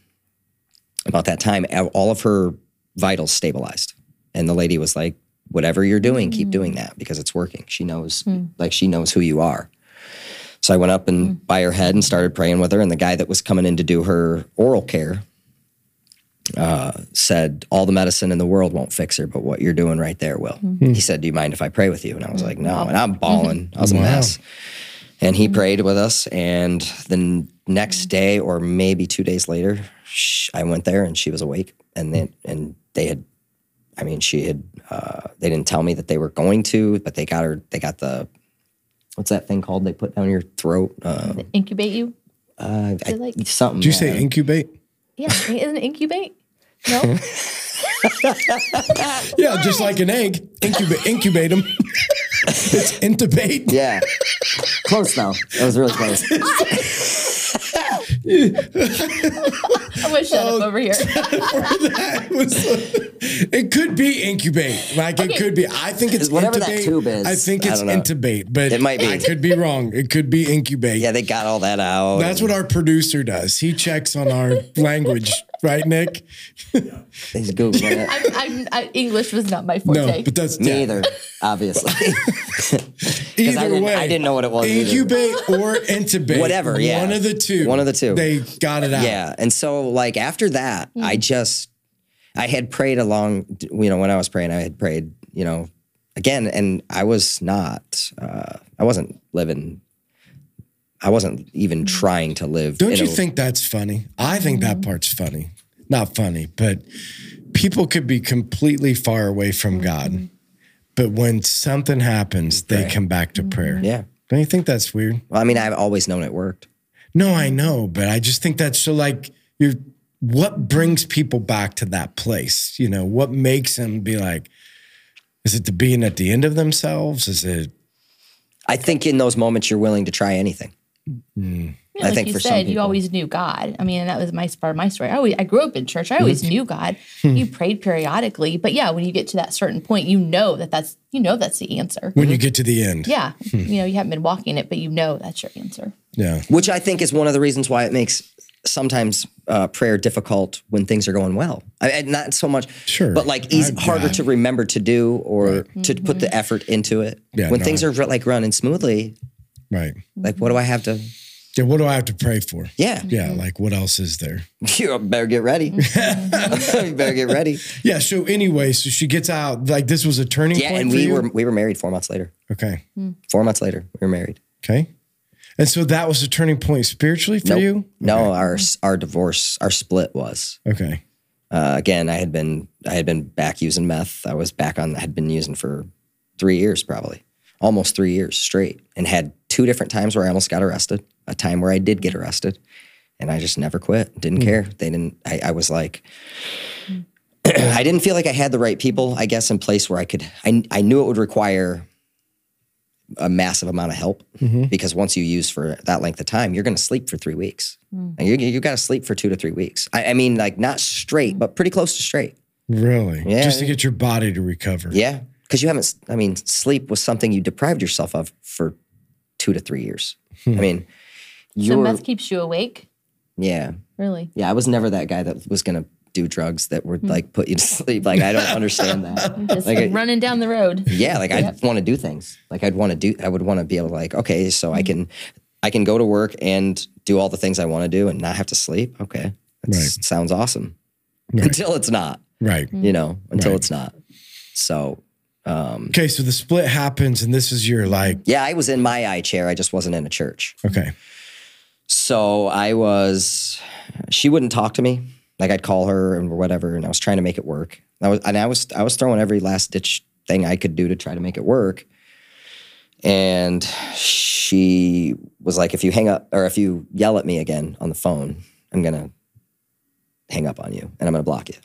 About that time, a- all of her vitals stabilized, and the lady was like, "Whatever you're doing, keep doing that because it's working. She knows, like, she knows who you are." So I went up and by her head and started praying with her. And the guy that was coming in to do her oral care said, All the medicine in the world won't fix her, but what you're doing right there will. He said, Do you mind if I pray with you? And I was like, No. And I'm bawling. I was a mess. And he prayed with us. And the n- next day, or maybe two days later, sh- I went there and she was awake. And then, and they had, I mean, she had, uh, they didn't tell me that they were going to, but they got her, they got the, what's that thing called they put down your throat? Uh, incubate you. uh, I- They like- something. Do you uh, say incubate? Yeah, isn't it incubate? <laughs> No. Yeah, just like an egg. Incubate, incubate them. <laughs> it's intubate. Yeah. <laughs> close though. That was really close. I wish that up over here. <laughs> It was- it could be incubate. Like it Okay. could be. I think it's Whatever that intubate. tube is, I think I it's don't know. intubate, but It might be. I could be wrong. It could be incubate. Yeah, they got all that out. That's what our producer does. He checks on our language, right, Nick? He's googling <laughs> it. I'm, I'm, I, English was not my forte. No, but that's Me yeah. either, <laughs> obviously. Either I didn't- way, I didn't know what it was either. Incubate or intubate, Whatever, yeah. one of the two. One of the two. They got it out. yeah, and so like after that, Mm. I just I had prayed along. You know, when I was praying, I had prayed. You know, again, and I was not. Uh, I wasn't living I wasn't even trying to live. Mm. Don't in you a- think that's funny? I think that part's funny. Not funny, but people could be completely far away from God. But when something happens, they come back to prayer. Yeah. Don't you think that's weird? Well, I mean, I've always known it worked. No, I know, but I just think that's so like you're what brings people back to that place? You know, what makes them be like, is it the being at the end of themselves? Is it I think in those moments you're willing to try anything. Yeah, I like think you for some said, you people- always knew God. I mean, and that was my part of my story. I always, I grew up in Mm-hmm. church. I always knew God. Hmm. you prayed periodically, but yeah, when you get to that certain point, you know that that's you know that's the answer. when Hmm. you get to the end? Yeah, you know you haven't been walking it, but you know that's your answer. Yeah. which I think is one of the reasons why it makes sometimes uh, prayer difficult when things are going well. I, I- not so much, Sure. but like easy, I- harder yeah. to remember to do or to put the effort into it. Yeah, when no, things I- are like running smoothly, Right. like what do I have to? Yeah. What do I have to pray for? Yeah, Yeah. Like what else is there? <laughs> you better get ready. <laughs> you better get ready. Yeah. So anyway, so she gets out. Like this was a turning Yeah, point. and for we you? were we were married four months later. okay. Four months later, we were married. Okay. And so that was a turning point spiritually for Nope. you. No, our our divorce, our split was. Okay. Uh, again, I had been I had been back using meth. I was back on. I had been using for three years, probably almost three years straight, and had two different times where I almost got arrested. A time where I did get arrested, and I just never quit. Didn't care. They didn't. I, I was like, <clears throat> I didn't feel like I had the right people. I guess in place where I could. I I knew it would require a massive amount of help because once you use for that length of time, you're going to sleep for three weeks. And you you got to sleep for two to three weeks. I, I mean, like not straight, but pretty close to straight. Really? Yeah. Just to get your body to recover. Yeah, because you haven't. s- I mean, sleep was something you deprived yourself of for two to three years. Hmm. I mean, So you're meth keeps you awake, yeah, really. yeah. I was never that guy that was going to do drugs that Hmm. would like put you to <laughs> sleep. Like I don't <laughs> understand that. Just Like, I- running down the road. Yeah, like I'd want to do things. Like I'd want to do. I would want to be able to like okay, so Hmm. I can, I can go to work and do all the things I want to do and not have to sleep. Okay, that Right. sounds awesome. Right. <laughs> Until it's not. Right. you know, until Right. it's not. So, um, Okay. So the split happens, and this is your like. yeah, I was in my eye chair. I just wasn't in a church. Okay. So I was, she wouldn't talk to me. Like I'd call her and whatever, and I was trying to make it work. I was, and I was, I was throwing every last ditch thing I could do to try to make it work. And she was like, "If you hang up, or if you yell at me again on the phone, I'm gonna hang up on you, and I'm gonna block you."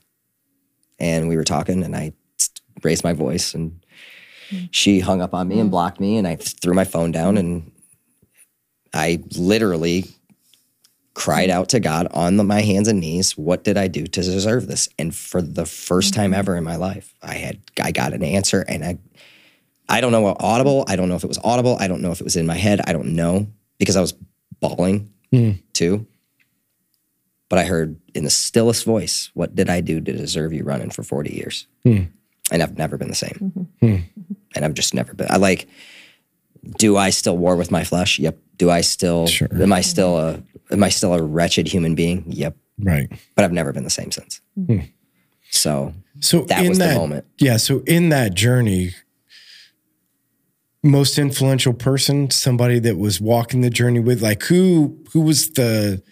And we were talking, and I raised my voice, and she hung up on me and blocked me, and I threw my phone down, and I literally cried out to God on the, my hands and knees, what did I do to deserve this? And for the first time ever in my life, I had I got an answer and I I don't know what audible, I don't know if it was audible, I don't know if it was in my head, I don't know because I was bawling too. But I heard in the stillest voice, what did I do to deserve you running for 40 years? And I've never been the same. And I've just never been I like do I still war with my flesh? Yep. Do I still Sure. am I still a am I still a wretched human being? Yep. Right. But I've never been the same since. So So That in was the that moment. Yeah. So in that journey, most influential person, somebody that was walking the journey with, like who who was the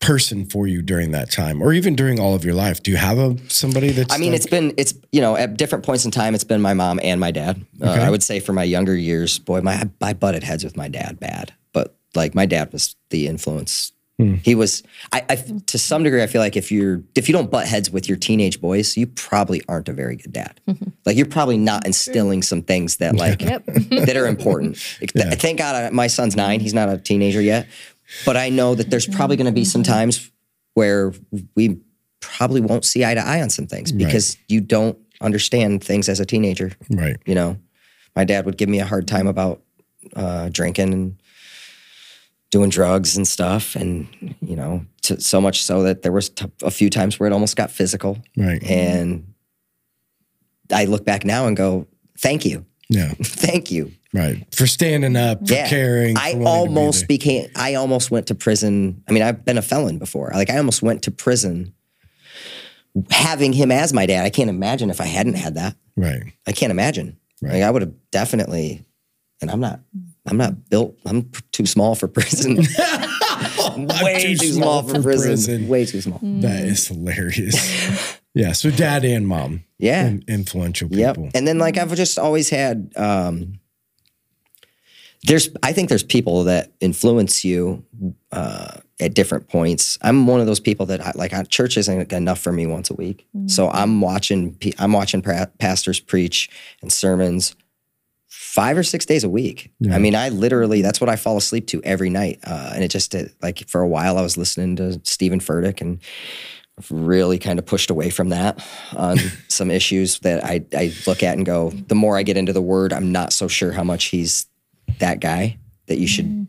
person for you during that time, or even during all of your life? Do you have a somebody that's? I mean, like- it's been it's you know at different points in time, it's been my mom and my dad. Uh, I would say for my younger years, boy, my I butted heads with my dad bad, but like my dad was the influence. He was I, I to some degree I feel like if you're if you don't butt heads with your teenage boys, you probably aren't a very good dad. like you're probably not instilling some things that like Yep. that are important. Like, th- Thank God I, my son's nine. He's not a teenager yet. But I know that there's probably going to be some times where we probably won't see eye to eye on some things because you don't understand things as a teenager. right. You know, my dad would give me a hard time about uh, drinking and doing drugs and stuff. And, you know, to, so much so that there was t- a few times where it almost got physical. Right. And I look back now and go, thank you. <laughs> yeah. Thank you Right. For standing up, for caring. I for wanting to be almost there. became. I almost went to prison. I mean, I've been a felon before. Like I almost went to prison, having him as my dad. I can't imagine if I hadn't had that. right. I can't imagine. Like I would have definitely. And I'm not. I'm not built. I'm p- too small for <laughs> prison. <laughs> Way too, small, for prison. Way too small. That is hilarious. <laughs> yeah. So dad and mom, Yeah. in- influential Yep. people. And then like I've just always had um there's I think there's people that influence you uh at different points. I'm one of those people that I, like I, church isn't enough for me once a week. So I'm watching pe- I'm watching pra- pastors preach and sermons 5 or 6 days a week. Yeah. I mean, I literally that's what I fall asleep to every night. Uh and it just uh, like for a while I was listening to Stephen Furtick and really kind of pushed away from that on some issues that I, I look at and go, the more I get into the word, I'm not so sure how much he's that guy that you should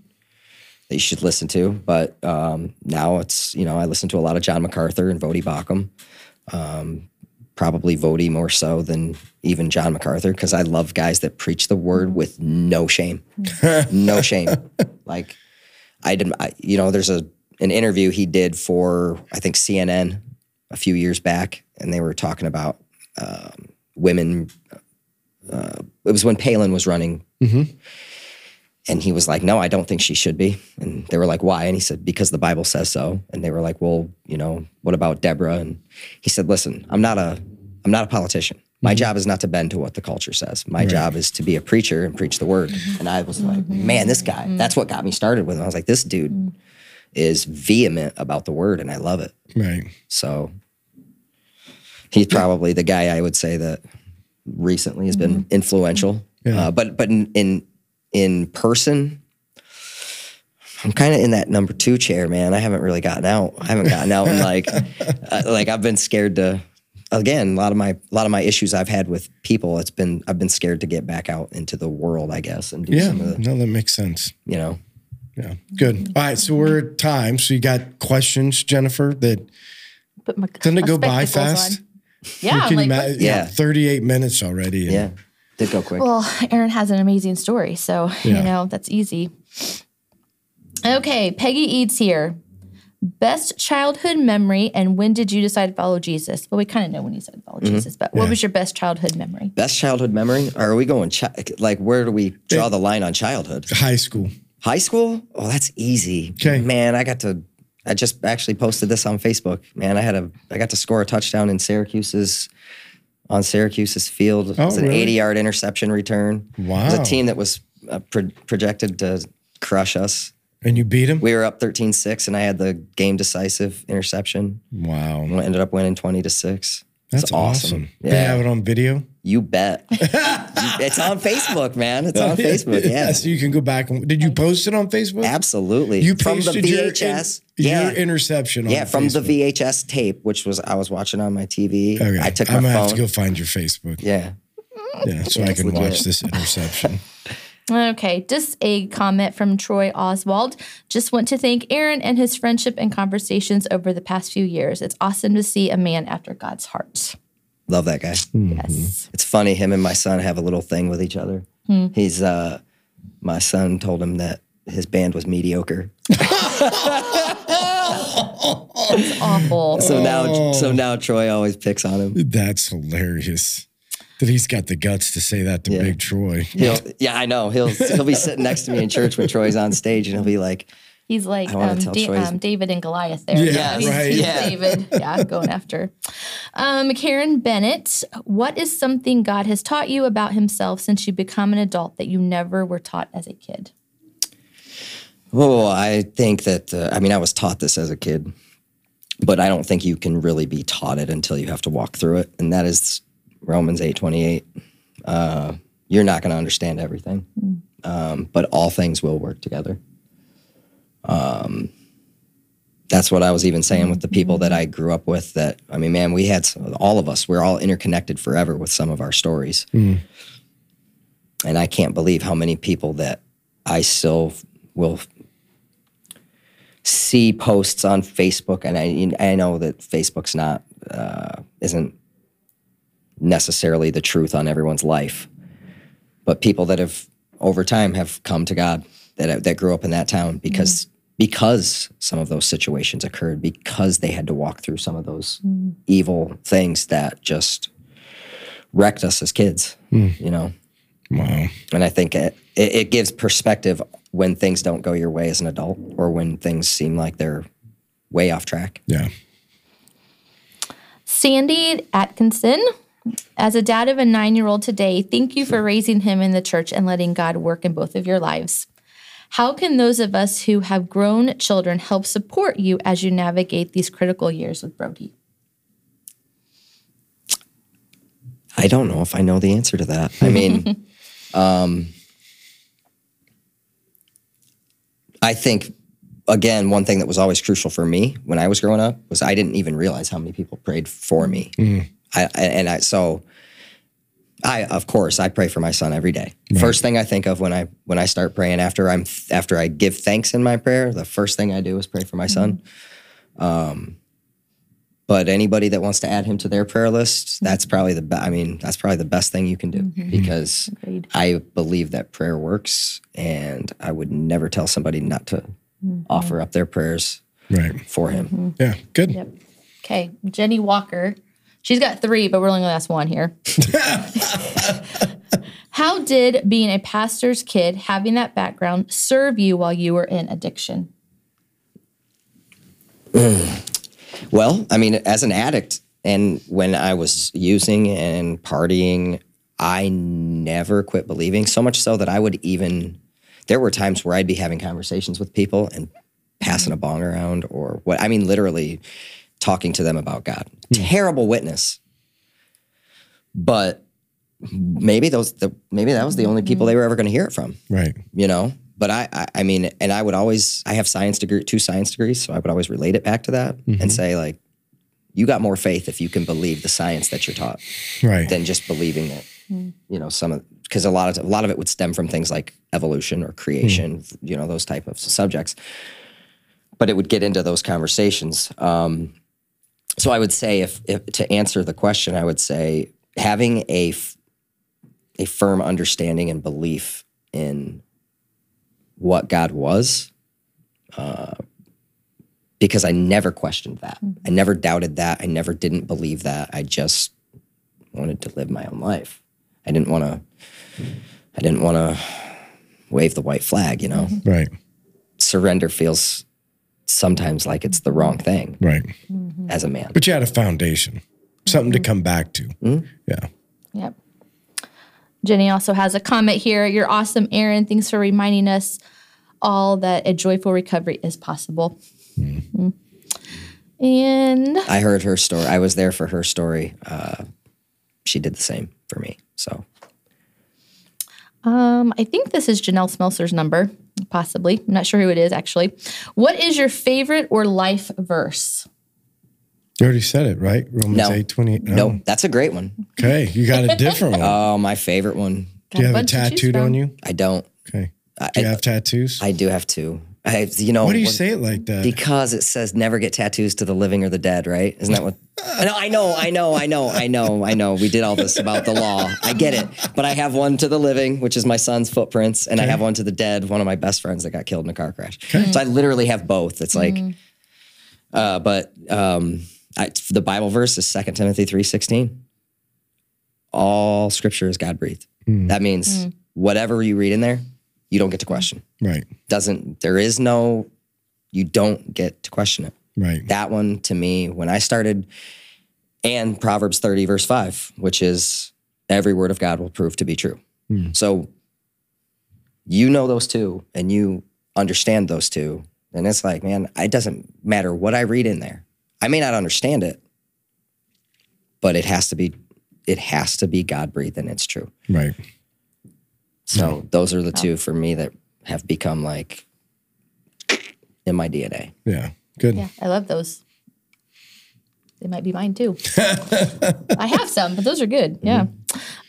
that you should listen to. But um, now it's, you know, I listen to a lot of John MacArthur and Vody Bakum. Um, probably Vody more so than even John MacArthur, because I love guys that preach the word with no shame. no shame. Like I didn't, I, you know, there's a an interview he did for I think CNN a few years back, and they were talking about um, women. Uh, it was when Palin was running, and he was like, "No, I don't think she should be." And they were like, "Why?" And he said, "Because the Bible says so." And they were like, "Well, you know, what about Deborah?" And he said, "Listen, I'm not a, I'm not a politician. My job is not to bend to what the culture says. My job is to be a preacher and preach the word." And I was like, "Man, this guy. That's what got me started with him." I was like, "This dude." Is vehement about the word, and I love it. Right. So he's probably the guy I would say that recently has been influential. Uh, but but in, in in person, I'm kind of in that number two chair, man. I haven't really gotten out. I haven't gotten out, and like uh, like I've been scared to. Again, a lot of my a lot of my issues I've had with people, it's been I've been scared to get back out into the world, I guess, and do Yeah. some of the No, that makes sense. you know. Yeah. Good. All right. So we're at time. So you got questions, Jennifer, that Put my doesn't it my go by spectacles fast? on. Yeah, I'm You like, ma- what- Yeah. 38 minutes already. and- Yeah. Did go quick. well, Aaron has an amazing story, so Yeah. you know that's easy. Okay, Peggy Eads here. Best childhood memory, and when did you decide to follow Jesus? Well, we kind of know when you decided to follow Jesus, but what was your best childhood memory? Best childhood memory? Or are we going chi- like where do we draw the line on childhood? High school. High school? Oh, that's easy. 'Kay. Man, I got to I just actually posted this on Facebook. Man, I had a I got to score a touchdown in Syracuse's on Syracuse's field. It Oh, was an really? 80 yard interception return. It was Wow. a team that was uh, pro- projected to crush us. And you beat him? We were up 13 6, and I had the game decisive interception. Wow. We ended up winning 20 to 6. That's It's awesome. They Yeah. have it on video. <laughs> You bet. You- it's on Facebook, man. It's on Facebook. Yeah. so you can go back and did you post it on Facebook? Absolutely. You from the pasted your in- VHS. Your, yeah. interception. On yeah, from Facebook. the VHS tape, which was I was watching on my TV. Okay. I took my I'm gonna have to phone. go find your Facebook. Yeah, yeah. so I it's can watch legit. this <laughs> interception. Okay, just a comment from Troy Oswald. Just want to thank Aaron and his friendship and conversations over the past few years. It's awesome to see a man after God's heart. Love that guy. Hmm. Yes. It's funny, him and my son have a little thing with each other. He's uh my son told him that his band was mediocre. Awful. So Oh. now so now Troy always picks on <laughs> him. That's hilarious. That he's got the guts to say that to Yeah. Big Troy. He'll, yeah, I know. He'll he'll be sitting next to me in church when Troy's on stage and he'll be like, He's like wanna um, tell Da- Troy's- um, David and Goliath there. Yeah, He's- right. he's <laughs> Yeah. David. Yeah, going after. Um, Karen Bennett, what is something God has taught you about himself since you become an adult that you never were taught as a kid? Oh, I think that, uh, I mean, I was taught this as a kid, but I don't think you can really be taught it until you have to walk through it. And that is Romans eight twenty eight. Uh, you're not going to understand everything, um, but all things will work together. Um, that's what I was even saying with the people that I grew up with. That, I mean, man, we had some, all of us, we're all interconnected forever with some of our stories. And I can't believe how many people that I still will see posts on Facebook, and I I know that Facebook's not uh, isn't necessarily the truth on everyone's life, but people that have over time have come to God that that grew up in that town because because some of those situations occurred because they had to walk through some of those evil things that just wrecked us as kids, you know. Wow. And I think it, it, it gives perspective when things don't go your way as an adult or when things seem like they're way off track. Yeah. Sandy Atkinson, as a dad of a nine year old today, thank you for raising him in the church and letting God work in both of your lives. How can those of us who have grown children help support you as you navigate these critical years with Brody? I don't know if I know the answer to that. I mean, um, I think again, one thing that was always crucial for me when I was growing up was I didn't even realize how many people prayed for me. I, I- and I so I of course I pray for my son every day. First thing I think of when I when I start praying after I'm after I give thanks in my prayer, the first thing I do is pray for my son. Um, But anybody that wants to add him to their prayer list, that's probably the be- I mean, that's probably the best thing you can do because Agreed. I believe that prayer works and I would never tell somebody not to offer up their prayers Right. for him. Yeah. Good. Okay, Jenny Walker. She's got three, but we're only going to ask one here. How did being a pastor's kid, having that background, serve you while you were in addiction? Well, I mean, as an addict, and when I was using and partying, I never quit believing. So much so that I would even, there were times where I'd be having conversations with people and passing a bong around or what, I mean, literally talking to them about God. Terrible witness. But maybe those, the, maybe that was the only people they were ever going to hear it from Right. you know but I, I i mean and i would always i have science degree two science degrees so i would always relate it back to that and say like you got more faith if you can believe the science that you're taught Right. than just believing that you know some of because a lot of a lot of it would stem from things like evolution or creation you know those type of subjects but it would get into those conversations um, so i would say if, if to answer the question i would say having a f- a firm understanding and belief in what god was uh, because i never questioned that i never doubted that i never didn't believe that i just wanted to live my own life. I didn't want to. I didn't want to wave the white flag. You know, Right. surrender feels sometimes like it's the wrong thing Right. as a man. But you had a foundation, something Mm-hmm. to come back to. Hmm? Yeah. Yep. Jenny also has a comment here. You're awesome, Aaron. Thanks for reminding us all that a joyful recovery is possible. Mm. And I heard her story. I was there for her story. Uh, she did the same for me. So um, I think this is Janelle Smelser's number, possibly. I'm not sure who it is, actually. What is your favorite or life verse? You already said it, right? Romans No. eight twenty. no, that's a great one. Okay. You got <laughs> a different one. Oh, my favorite one. Got Do you have a bunch to choose tattooed from. on you? I don't. Okay. I, Do you have tattoos? I do have two. I you know Why do you when- say it like that? Because it says never get tattoos to the living or the dead, right? Isn't that what? No, I know, I know, I know, I know, I know. We did all this about the law. I get it. But I have one to the living, which is my son's footprints, and I have one to the dead, one of my best friends that got killed in a car crash. So I literally have both. It's like, uh, but um, I, the Bible verse is 2 Timothy three sixteen. All scripture is God breathed. Hmm. That means whatever you read in there, you don't get to question right. doesn't there is no you don't get to question it Right. that one to me when i started and proverbs 30 verse 5 which is every word of god will prove to be true so you know those two and you understand those two and it's like man it doesn't matter what i read in there i may not understand it but it has to be it has to be god breathed and it's true Right. so those are the two for me that have become like in my DNA. Yeah. Good. Yeah, I love those. They might be mine <laughs> too. I have some, but those are good. Yeah.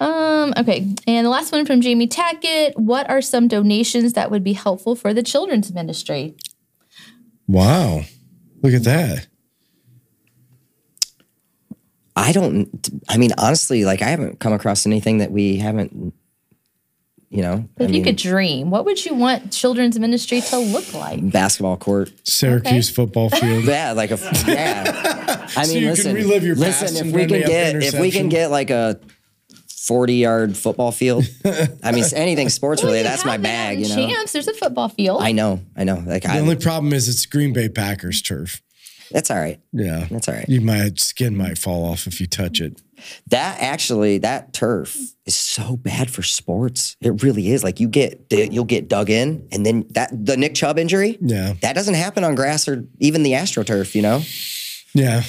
Um, okay. And the last one from Jamie Tackett. What are some donations that would be helpful for the children's ministry? Wow. Look at that. I don't. I mean, honestly, like I haven't come across anything that we haven't. You know, I If you mean, could dream, what would you want children's ministry to look like? basketball court. Syracuse <laughs> football field. Yeah, like a yeah. I mean, you can listen, relive your past listen. and If we run can the up get, if we interception. can get like a 40 yard football field. I mean, anything sports Well, you related, that's have my that bag, in you know? Champs, there's a football field. I know, I know. Like, The I, only problem is it's Green Bay Packers turf. that's all right. Yeah. That's all right. You might skin might fall off if you touch it. That actually, that turf is so bad for sports. It really is. Like, you get, you'll get dug in, and then that, the Nick Chubb injury, Yeah. that doesn't happen on grass or even the AstroTurf, you know? Yeah.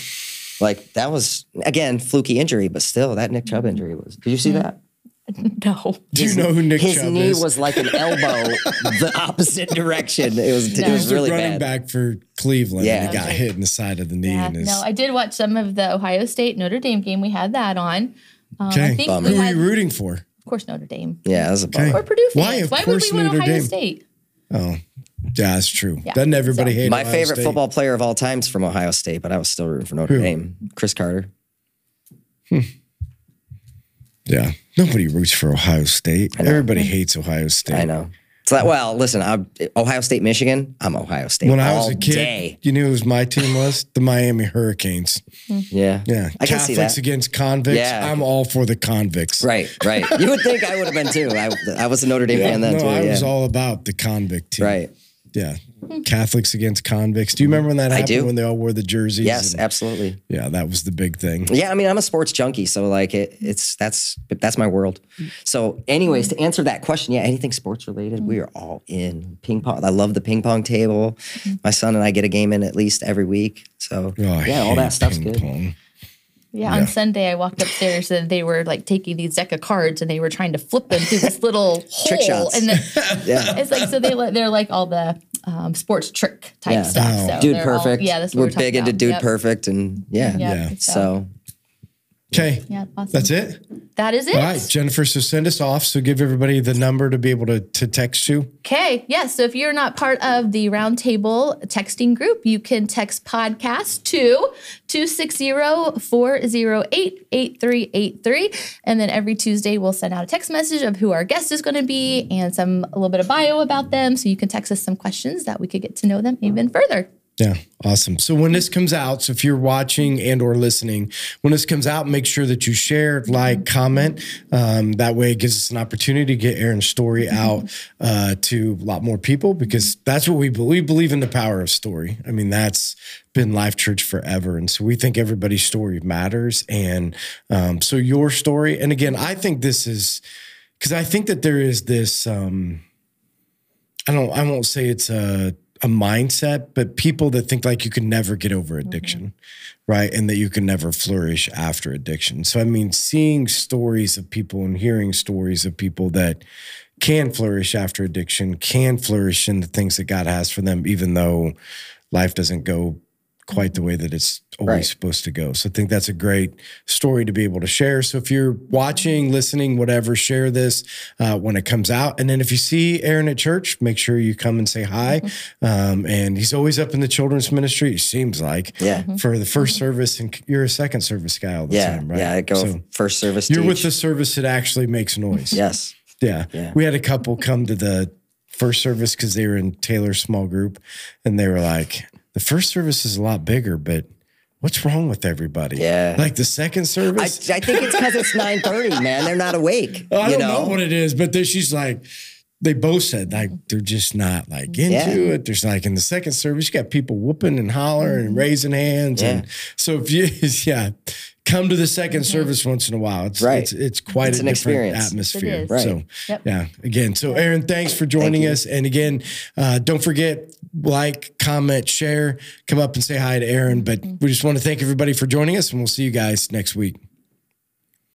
Like, that was, again, fluky injury, but still, that Nick Chubb injury was. Did you see that? <laughs> no. Do you know who Nick His Chubb knee is? was like an <laughs> elbow the opposite direction. It was, No. it He was He's the really running bad. back for Cleveland. and Yeah. he got hit in the side of the knee. Yeah, and his, Uh, no, I did watch some of the Ohio State Notre Dame game. We had that on. Um, I Okay. think Bummer. we Who are had, you rooting for? of course, Notre Dame Yeah, that was a bummer. or Purdue. Why, fans. of Why would course, we want Notre Ohio Dame. State? Oh, yeah, that's true. Yeah, Doesn't everybody so- hate My Ohio favorite State? football player of all time's from Ohio State, but I was still rooting for Notre Dame. Chris Carter. Yeah. Nobody roots for Ohio State. Everybody Mm-hmm. hates Ohio State. I know. It's like, well, listen, I'm, Ohio State, Michigan. I'm Ohio State When all I was a kid, day. you knew who my team was? The Miami Hurricanes. Yeah, Yeah. I can Catholics see that. against convicts. Yeah. I'm all for the convicts. Right, right. You would think I would have been too. I, I was a Notre Dame fan then no, too. I yeah. was all about the convict team. right. Yeah. Hmm. Catholics against convicts. Do you remember when that happened do. when they all wore the jerseys? Yes, And- absolutely. yeah, that was the big thing. Yeah, I mean, I'm a sports junkie, so like it, it's that's that's my world. So, anyways, to answer that question, yeah, anything sports related, we are all in ping pong. I love the ping pong table. My son and I get a game in at least every week. So Oh, I yeah, all hate that stuff's ping good. pong. Yeah, on Sunday I walked upstairs and they were like taking these deck of cards and they were trying to flip them through this little hole. <laughs> Trick shots. And then <laughs> Yeah. it's like so they let- they're like all the um, sports trick type Yeah. Oh. stuff. Wow. So Dude they're all- Perfect. yeah, that's what we're, we're, talking big into about. Dude Yep. Perfect, and yeah, Yep. Yeah. So Okay. yeah, awesome. That's it. That is it. All right, Jennifer. So send us off. So give everybody the number to be able to, to text you. Okay. Yes. so if you're not part of the roundtable texting group, you can text podcast to 260-408-8383. And then every Tuesday we'll send out a text message of who our guest is going to be and some a little bit of bio about them. So you can text us some questions that we could get to know them even further. Yeah, awesome. So when this comes out, so if you're watching and or listening, when this comes out, make sure that you share, like, comment. Um, that way, it gives us an opportunity to get Aaron's story out uh, to a lot more people because that's what we believe. We believe in the power of story. I mean, that's been Life Church forever, and so we think everybody's story matters. And um, so your story, and again, I think this is because I think that there is this. Um, I don't I won't say it's a a mindset, but people that think like you can never get over addiction, right? And that you can never flourish after addiction. So I mean seeing stories of people and hearing stories of people that can flourish after addiction, can flourish in the things that God has for them, even though life doesn't go quite the way that it's always Right. supposed to go. So I think that's a great story to be able to share. So if you're watching, listening, whatever, share this uh, when it comes out. And then if you see Aaron at church, make sure you come and say hi. Mm-hmm. Um, and he's always up in the children's ministry. It seems like Yeah. Mm-hmm. for the first service, and you're a second service guy all the yeah, time, right? yeah, I go So first service. you're teach. with the service that actually makes noise. yes. Yeah. Yeah. We had a couple come to the first service because they were in Taylor's small group and they were like, the first service is a lot bigger, but what's wrong with everybody? Yeah. Like the second I, I service? think it's because <laughs> it's nine thirty, man. They're not awake. I, you don't know. what it is, but then she's like, they both said like they're just not like into Yeah. it. There's like in the second service, you got people whooping and hollering Mm-hmm. and raising hands, and so if you <laughs> yeah, come to the second service once in a while. It's Right. it's, it's quite It's a an different experience. atmosphere. It is. Right. So Yep. yeah, again. So Aaron, thanks for joining you. us, and again, uh, don't forget like, comment, Mm-hmm. share, come up and say hi to Aaron. But we just want to thank everybody for joining us, and we'll see you guys next week.